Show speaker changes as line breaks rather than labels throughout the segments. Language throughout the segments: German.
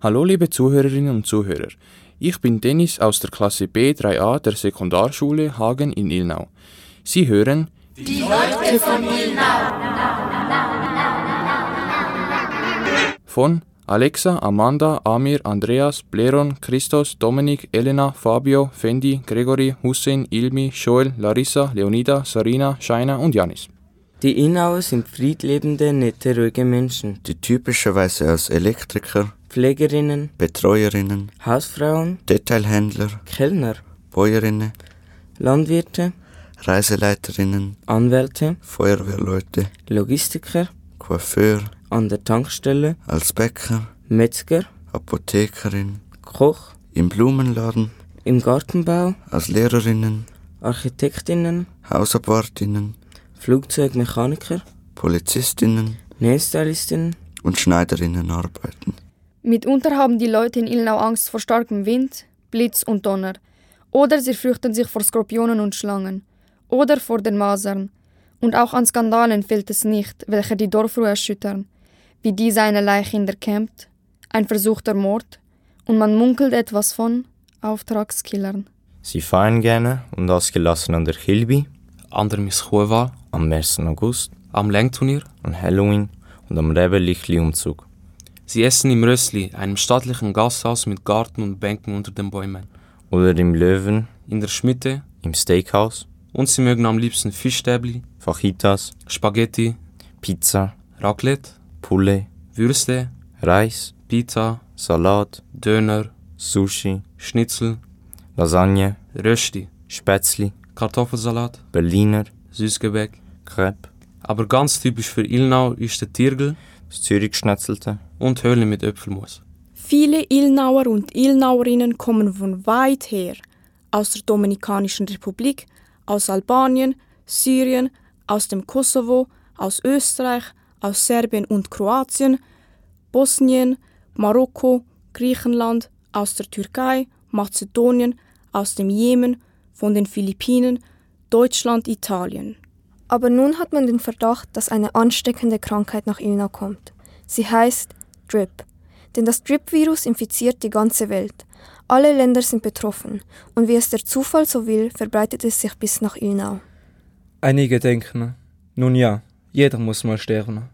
Hallo liebe Zuhörerinnen und Zuhörer, ich bin Dennis aus der Klasse B3a der Sekundarschule Hagen in Ilnau. Sie hören
Die Leute von Ilnau.
von Alexa, Amanda, Amir, Andreas, Bleron, Christos, Dominik, Elena, Fabio, Fendi, Gregory, Hussein, Ilmi, Joel, Larissa, Leonida, Sarina, Shaina und Janis.
Die Inauer sind friedlebende, nette, ruhige Menschen.
die typischerweise aus Elektriker,
Pflegerinnen,
Betreuerinnen,
Hausfrauen,
Detailhändler,
Kellner,
Bäuerinnen,
Landwirte,
Reiseleiterinnen,
Anwälte,
Feuerwehrleute,
Logistiker,
Coiffeur,
an der Tankstelle,
als Bäcker,
Metzger,
Apothekerin,
Koch,
im Blumenladen,
im Gartenbau,
als Lehrerinnen,
Architektinnen,
Hausabwartinnen,
Flugzeugmechaniker,
Polizistinnen
Nähstylistinnen,
und Schneiderinnen arbeiten.
Mitunter haben die Leute in Ilnau Angst vor starkem Wind, Blitz und Donner. Oder sie fürchten sich vor Skorpionen und Schlangen. Oder vor den Masern. Und auch an Skandalen fehlt es nicht, welche die Dorfruhe erschüttern. Wie diese eine Leiche in der Campt, ein versuchter Mord. Und man munkelt etwas von Auftragskillern.
Sie feiern gerne und ausgelassen an der Kilby,
an der Miss Chueval,
am 1. August,
am Lenkturnier.
an Halloween und am Rebellichli-Umzug.
Sie essen im Rösli, einem stattlichen Gasthaus mit Garten und Bänken unter den Bäumen,
Oder im Löwen,
in der Schmitte.
im Steakhouse,
Und sie mögen am liebsten Fischstäbli,
Fajitas,
Spaghetti,
Pizza,
Raclette,
Poulet,
Würste,
Reis,
Pizza,
Salat,
Döner,
Sushi,
Schnitzel,
Lasagne,
Rösti,
Spätzli,
Kartoffelsalat,
Berliner,
Süßgebäck.
Crepe,
Aber ganz typisch für Ilnau ist der Tirgel
das Zürichschnetzelte.
und Höhle mit Äpfelmus.
Viele Ilnauer und Ilnauerinnen kommen von weit her, aus der Dominikanischen Republik, aus Albanien, Syrien, aus dem Kosovo, aus Österreich, aus Serbien und Kroatien, Bosnien, Marokko, Griechenland, aus der Türkei, Mazedonien, aus dem Jemen, von den Philippinen, Deutschland, Italien.
Aber nun hat man den Verdacht, dass eine ansteckende Krankheit nach Ilna kommt. Sie heißt Drip. Denn das Drip-Virus infiziert die ganze Welt. Alle Länder sind betroffen und wie es der Zufall so will, verbreitet es sich bis nach Ilnau.
Einige denken, nun ja, jeder muss mal sterben.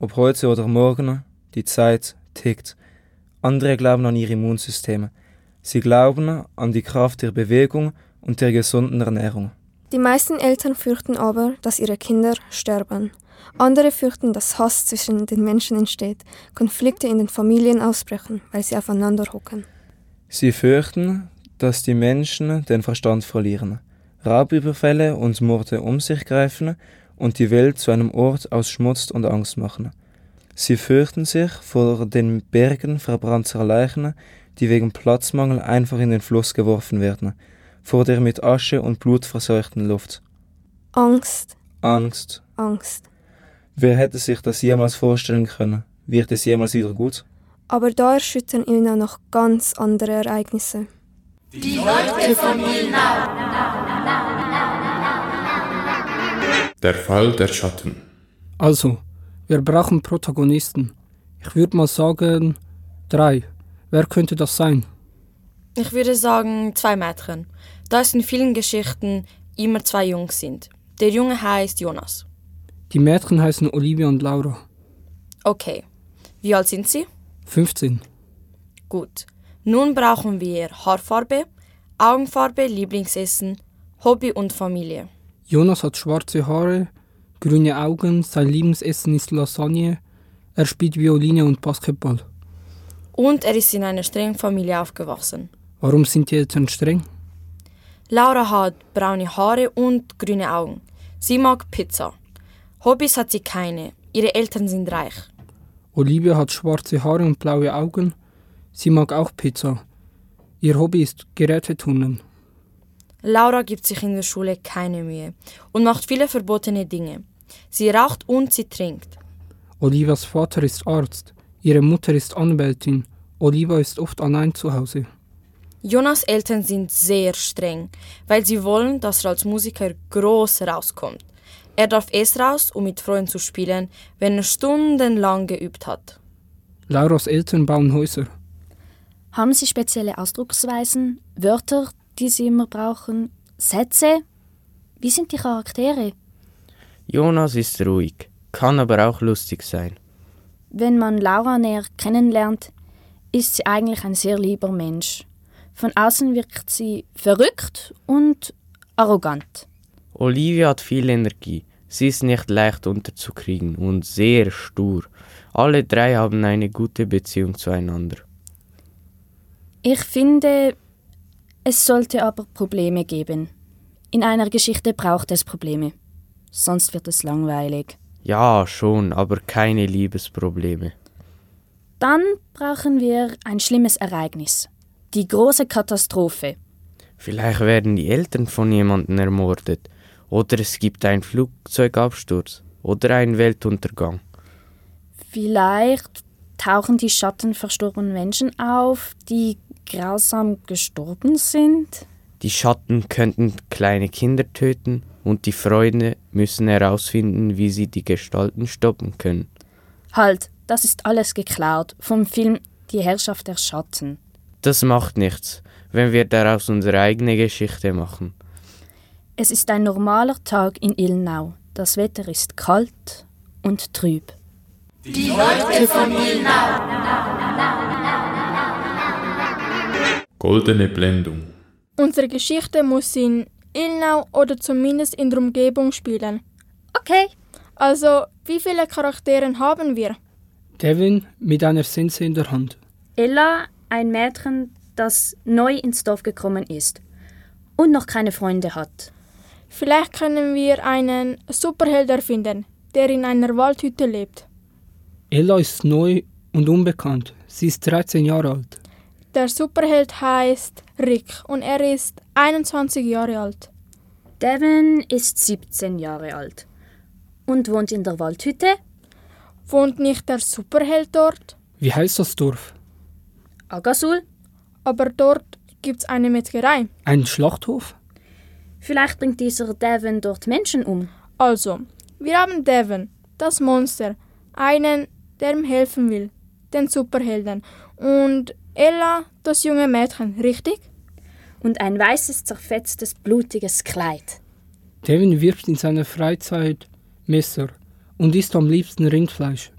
Ob heute oder morgen, die Zeit tickt. Andere glauben an ihr Immunsystem. Sie glauben an die Kraft der Bewegung und der gesunden Ernährung.
Die meisten Eltern fürchten aber, dass ihre Kinder sterben. Andere fürchten, dass Hass zwischen den Menschen entsteht, Konflikte in den Familien ausbrechen, weil sie aufeinander hocken.
Sie fürchten, dass die Menschen den Verstand verlieren, Raubüberfälle und Morde um sich greifen und die Welt zu einem Ort aus Schmutz und Angst machen. Sie fürchten sich vor den Bergen verbrannter Leichen, die wegen Platzmangel einfach in den Fluss geworfen werden, vor der mit Asche und Blut verseuchten Luft.
Angst,
Angst.
Angst.
Wer hätte sich das jemals vorstellen können? Wird es jemals wieder gut?
Aber da erschüttern Ilna noch ganz andere Ereignisse.
Die Leute von Ilnau.
Der Fall der Schatten.
Also, wir brauchen Protagonisten. Ich würde mal sagen, drei. Wer könnte das sein?
Ich würde sagen, zwei Mädchen. Da es in vielen Geschichten immer zwei Jungs sind. Der Junge heißt Jonas.
Die Mädchen heißen Olivia und Laura.
Okay. Wie alt sind sie?
15.
Gut. Nun brauchen wir Haarfarbe, Augenfarbe, Lieblingsessen, Hobby und Familie.
Jonas hat schwarze Haare, grüne Augen, sein Lieblingsessen ist Lasagne. Er spielt Violine und Basketball.
Und er ist in einer strengen Familie aufgewachsen.
Warum sind die Eltern streng?
Laura hat braune Haare und grüne Augen. Sie mag Pizza. Hobbys hat sie keine. Ihre Eltern sind reich.
Olivia hat schwarze Haare und blaue Augen. Sie mag auch Pizza. Ihr Hobby ist Gerätetunneln.
Laura gibt sich in der Schule keine Mühe und macht viele verbotene Dinge. Sie raucht und sie trinkt.
Olivas Vater ist Arzt, ihre Mutter ist Anwältin. Oliva ist oft allein zu Hause.
Jonas Eltern sind sehr streng, weil sie wollen, dass er als Musiker groß rauskommt. Er darf erst raus, um mit Freunden zu spielen, wenn er stundenlang geübt hat.
Lauras Eltern bauen Häuser.
Haben Sie spezielle Ausdrucksweisen, Wörter, die Sie immer brauchen, Sätze? Wie sind die Charaktere?
Jonas ist ruhig, kann aber auch lustig sein.
Wenn man Laura näher kennenlernt, ist sie eigentlich ein sehr lieber Mensch. Von außen wirkt sie verrückt und arrogant.
Olivia hat viel Energie, sie ist nicht leicht unterzukriegen und sehr stur. Alle drei haben eine gute Beziehung zueinander.
Ich finde, es sollte aber Probleme geben. In einer Geschichte braucht es Probleme. Sonst wird es langweilig.
Ja, schon, aber keine Liebesprobleme.
Dann brauchen wir ein schlimmes Ereignis. Die große Katastrophe.
Vielleicht werden die Eltern von jemandem ermordet. Oder es gibt einen Flugzeugabsturz. Oder einen Weltuntergang.
Vielleicht tauchen die Schatten verstorbener Menschen auf, die grausam gestorben sind.
Die Schatten könnten kleine Kinder töten und die Freunde müssen herausfinden, wie sie die Gestalten stoppen können.
Halt, das ist alles geklaut vom Film Die Herrschaft der Schatten.
Das macht nichts, wenn wir daraus unsere eigene Geschichte machen.
Es ist ein normaler Tag in Ilnau. Das Wetter ist kalt und trüb.
Die Leute von Ilnau.
Goldene Blendung.
Unsere Geschichte muss in Ilnau oder zumindest in der Umgebung spielen.
Okay.
Also, wie viele Charaktere haben wir?
Devin mit einer Sense in der Hand.
Ella, ein Mädchen, das neu ins Dorf gekommen ist und noch keine Freunde hat.
Vielleicht können wir einen Superheld erfinden, der in einer Waldhütte lebt.
Ella ist neu und unbekannt. Sie ist 13 Jahre alt.
Der Superheld heißt Rick und er ist 21 Jahre alt.
Devin ist 17 Jahre alt und wohnt in der Waldhütte.
Wohnt nicht der Superheld dort?
Wie heißt das Dorf?
Agasul?
Aber dort gibt's eine Metzgerei.
Ein Schlachthof?
Vielleicht bringt dieser Devin dort Menschen um.
Also, wir haben Devin, das Monster, einen, der ihm helfen will, den Superhelden und Ella, das junge Mädchen, richtig?
Und ein weißes, zerfetztes, blutiges Kleid.
Devin wirft in seiner Freizeit Messer und isst am liebsten Rindfleisch.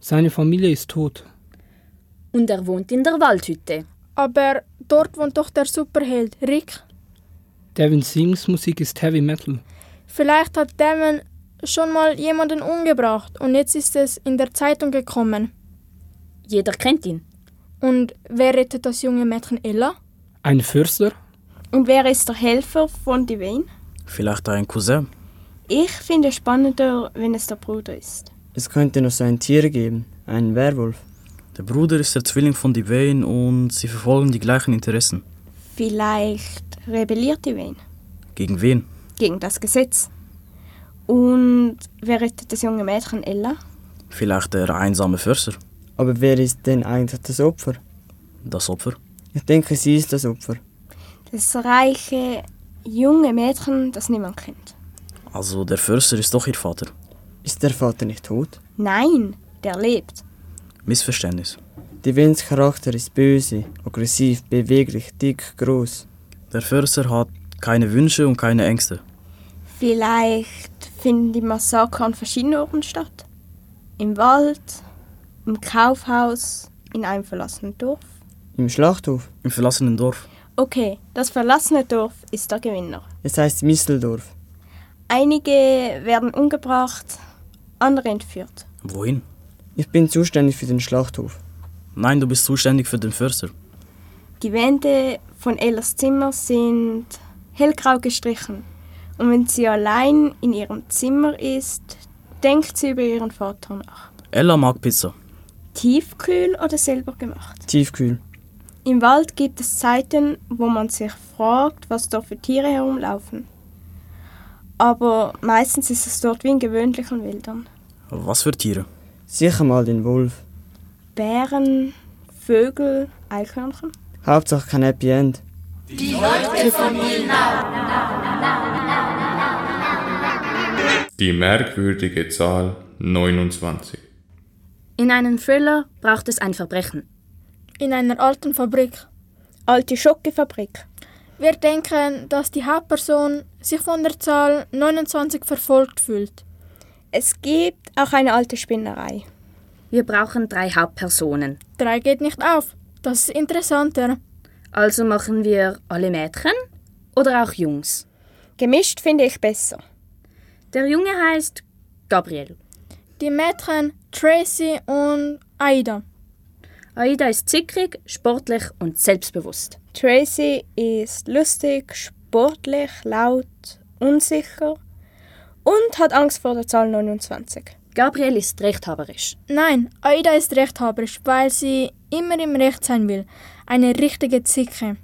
Seine Familie ist tot.
Und er wohnt in der Waldhütte.
Aber dort wohnt doch der Superheld, Rick.
Devin Sings Musik ist Heavy Metal.
Vielleicht hat Devin schon mal jemanden umgebracht und jetzt ist es in der Zeitung gekommen.
Jeder kennt ihn.
Und wer rettet das junge Mädchen Ella?
Ein Fürster?
Und wer ist der Helfer von Divine?
Vielleicht ein Cousin.
Ich finde es spannender, wenn es der Bruder ist.
Es könnte noch so ein Tier geben, einen Werwolf.
Der Bruder ist der Zwilling von Divine und sie verfolgen die gleichen Interessen.
Vielleicht rebelliert Divine.
Gegen wen?
Gegen das Gesetz. Und wer rettet das junge Mädchen Ella?
Vielleicht der einsame Fürster.
Aber wer ist denn eigentlich das Opfer?
Das Opfer?
Ich denke, sie ist das Opfer.
Das reiche junge Mädchen, das niemand kennt.
Also der Förster ist doch ihr Vater.
Ist der Vater nicht tot?
Nein, der lebt.
Missverständnis.
Divins Charakter ist böse, aggressiv, beweglich, dick, groß.
Der Förster hat keine Wünsche und keine Ängste.
Vielleicht finden die Massaker an verschiedenen Orten statt. Im Wald, im Kaufhaus, in einem verlassenen Dorf.
Im Schlachthof?
Im verlassenen Dorf.
Okay, das verlassene Dorf ist der Gewinner.
Es heißt Misseldorf.
Einige werden umgebracht, andere entführt.
Wohin?
Ich bin zuständig für den Schlachthof.
Nein, du bist zuständig für den Förster.
Die Wände von Ellas Zimmer sind hellgrau gestrichen. Und wenn sie allein in ihrem Zimmer ist, denkt sie über ihren Vater nach.
Ella mag Pizza.
Tiefkühl oder selber gemacht?
Tiefkühl.
Im Wald gibt es Zeiten, wo man sich fragt, was dort für Tiere herumlaufen. Aber meistens ist es dort wie in gewöhnlichen Wäldern.
Was für Tiere?
Sicher mal den Wolf.
Bären, Vögel, Eichhörnchen.
Hauptsache kein Happy End.
Die Leute von Ilnau.
Die merkwürdige Zahl 29.
In einem Thriller braucht es ein Verbrechen.
in einer alten Fabrik.
Alte Schokofabrik.
Wir denken, dass die Hauptperson sich von der Zahl 29 verfolgt fühlt.
Es gibt auch eine alte Spinnerei.
Wir brauchen drei Hauptpersonen.
Drei geht nicht auf. Das ist interessanter.
Also machen wir alle Mädchen oder auch Jungs?
Gemischt finde ich besser.
Der Junge heißt Gabriel.
Die Mädchen Tracy und Aida.
Aida ist zickrig, sportlich und selbstbewusst.
Tracy ist lustig, sportlich, laut, unsicher und hat Angst vor der Zahl 29.
Gabriel ist rechthaberisch.
Nein, Aida ist rechthaberisch, weil sie immer im Recht sein will. Eine richtige Zicke.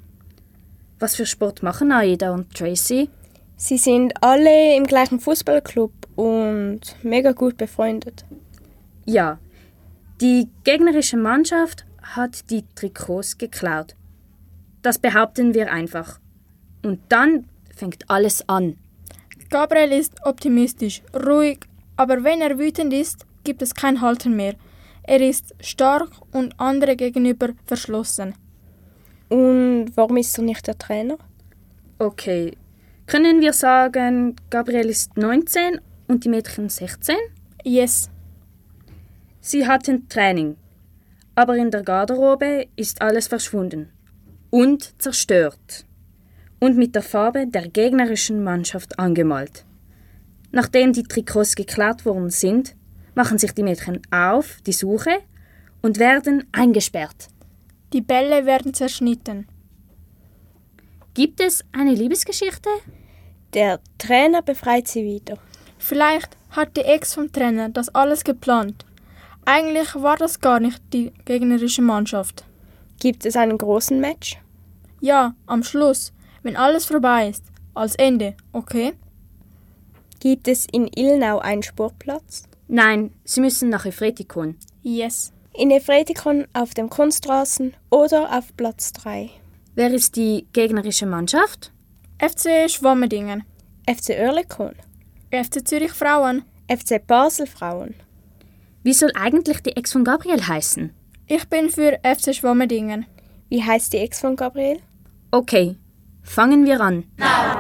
Was für Sport machen Aida und Tracy?
Sie sind alle im gleichen Fußballclub und mega gut befreundet.
Ja, die gegnerische Mannschaft hat die Trikots geklaut. Das behaupten wir einfach. Und dann fängt alles an.
Gabriel ist optimistisch, ruhig, aber wenn er wütend ist, gibt es kein Halten mehr. Er ist stark und andere gegenüber verschlossen.
Und warum ist er nicht der Trainer?
Okay. Können wir sagen, Gabriel ist 19 und die Mädchen 16?
Yes.
Sie hatten Training, aber in der Garderobe ist alles verschwunden und zerstört und mit der Farbe der gegnerischen Mannschaft angemalt. Nachdem die Trikots geklaut worden sind, machen sich die Mädchen auf die Suche und werden eingesperrt.
Die Bälle werden zerschnitten.
Gibt es eine Liebesgeschichte?
Der Trainer befreit sie wieder.
Vielleicht hat die Ex vom Trainer das alles geplant. Eigentlich war das gar nicht die gegnerische Mannschaft.
Gibt es einen großen Match?
Ja, am Schluss, wenn alles vorbei ist, als Ende, okay?
Gibt es in Ilnau einen Sportplatz?
Nein, Sie müssen nach Efretikon.
Yes.
In Efretikon auf dem Kunstrasen oder auf Platz 3.
Wer ist die gegnerische Mannschaft?
FC Schwammerdingen.
FC Oerlikon.
FC Zürich Frauen.
FC Basel Frauen.
Wie soll eigentlich die Ex von Gabriel heißen?
Ich bin für FC Schwammerdingen.
Wie heißt die Ex von Gabriel?
Okay, fangen wir an.
Now.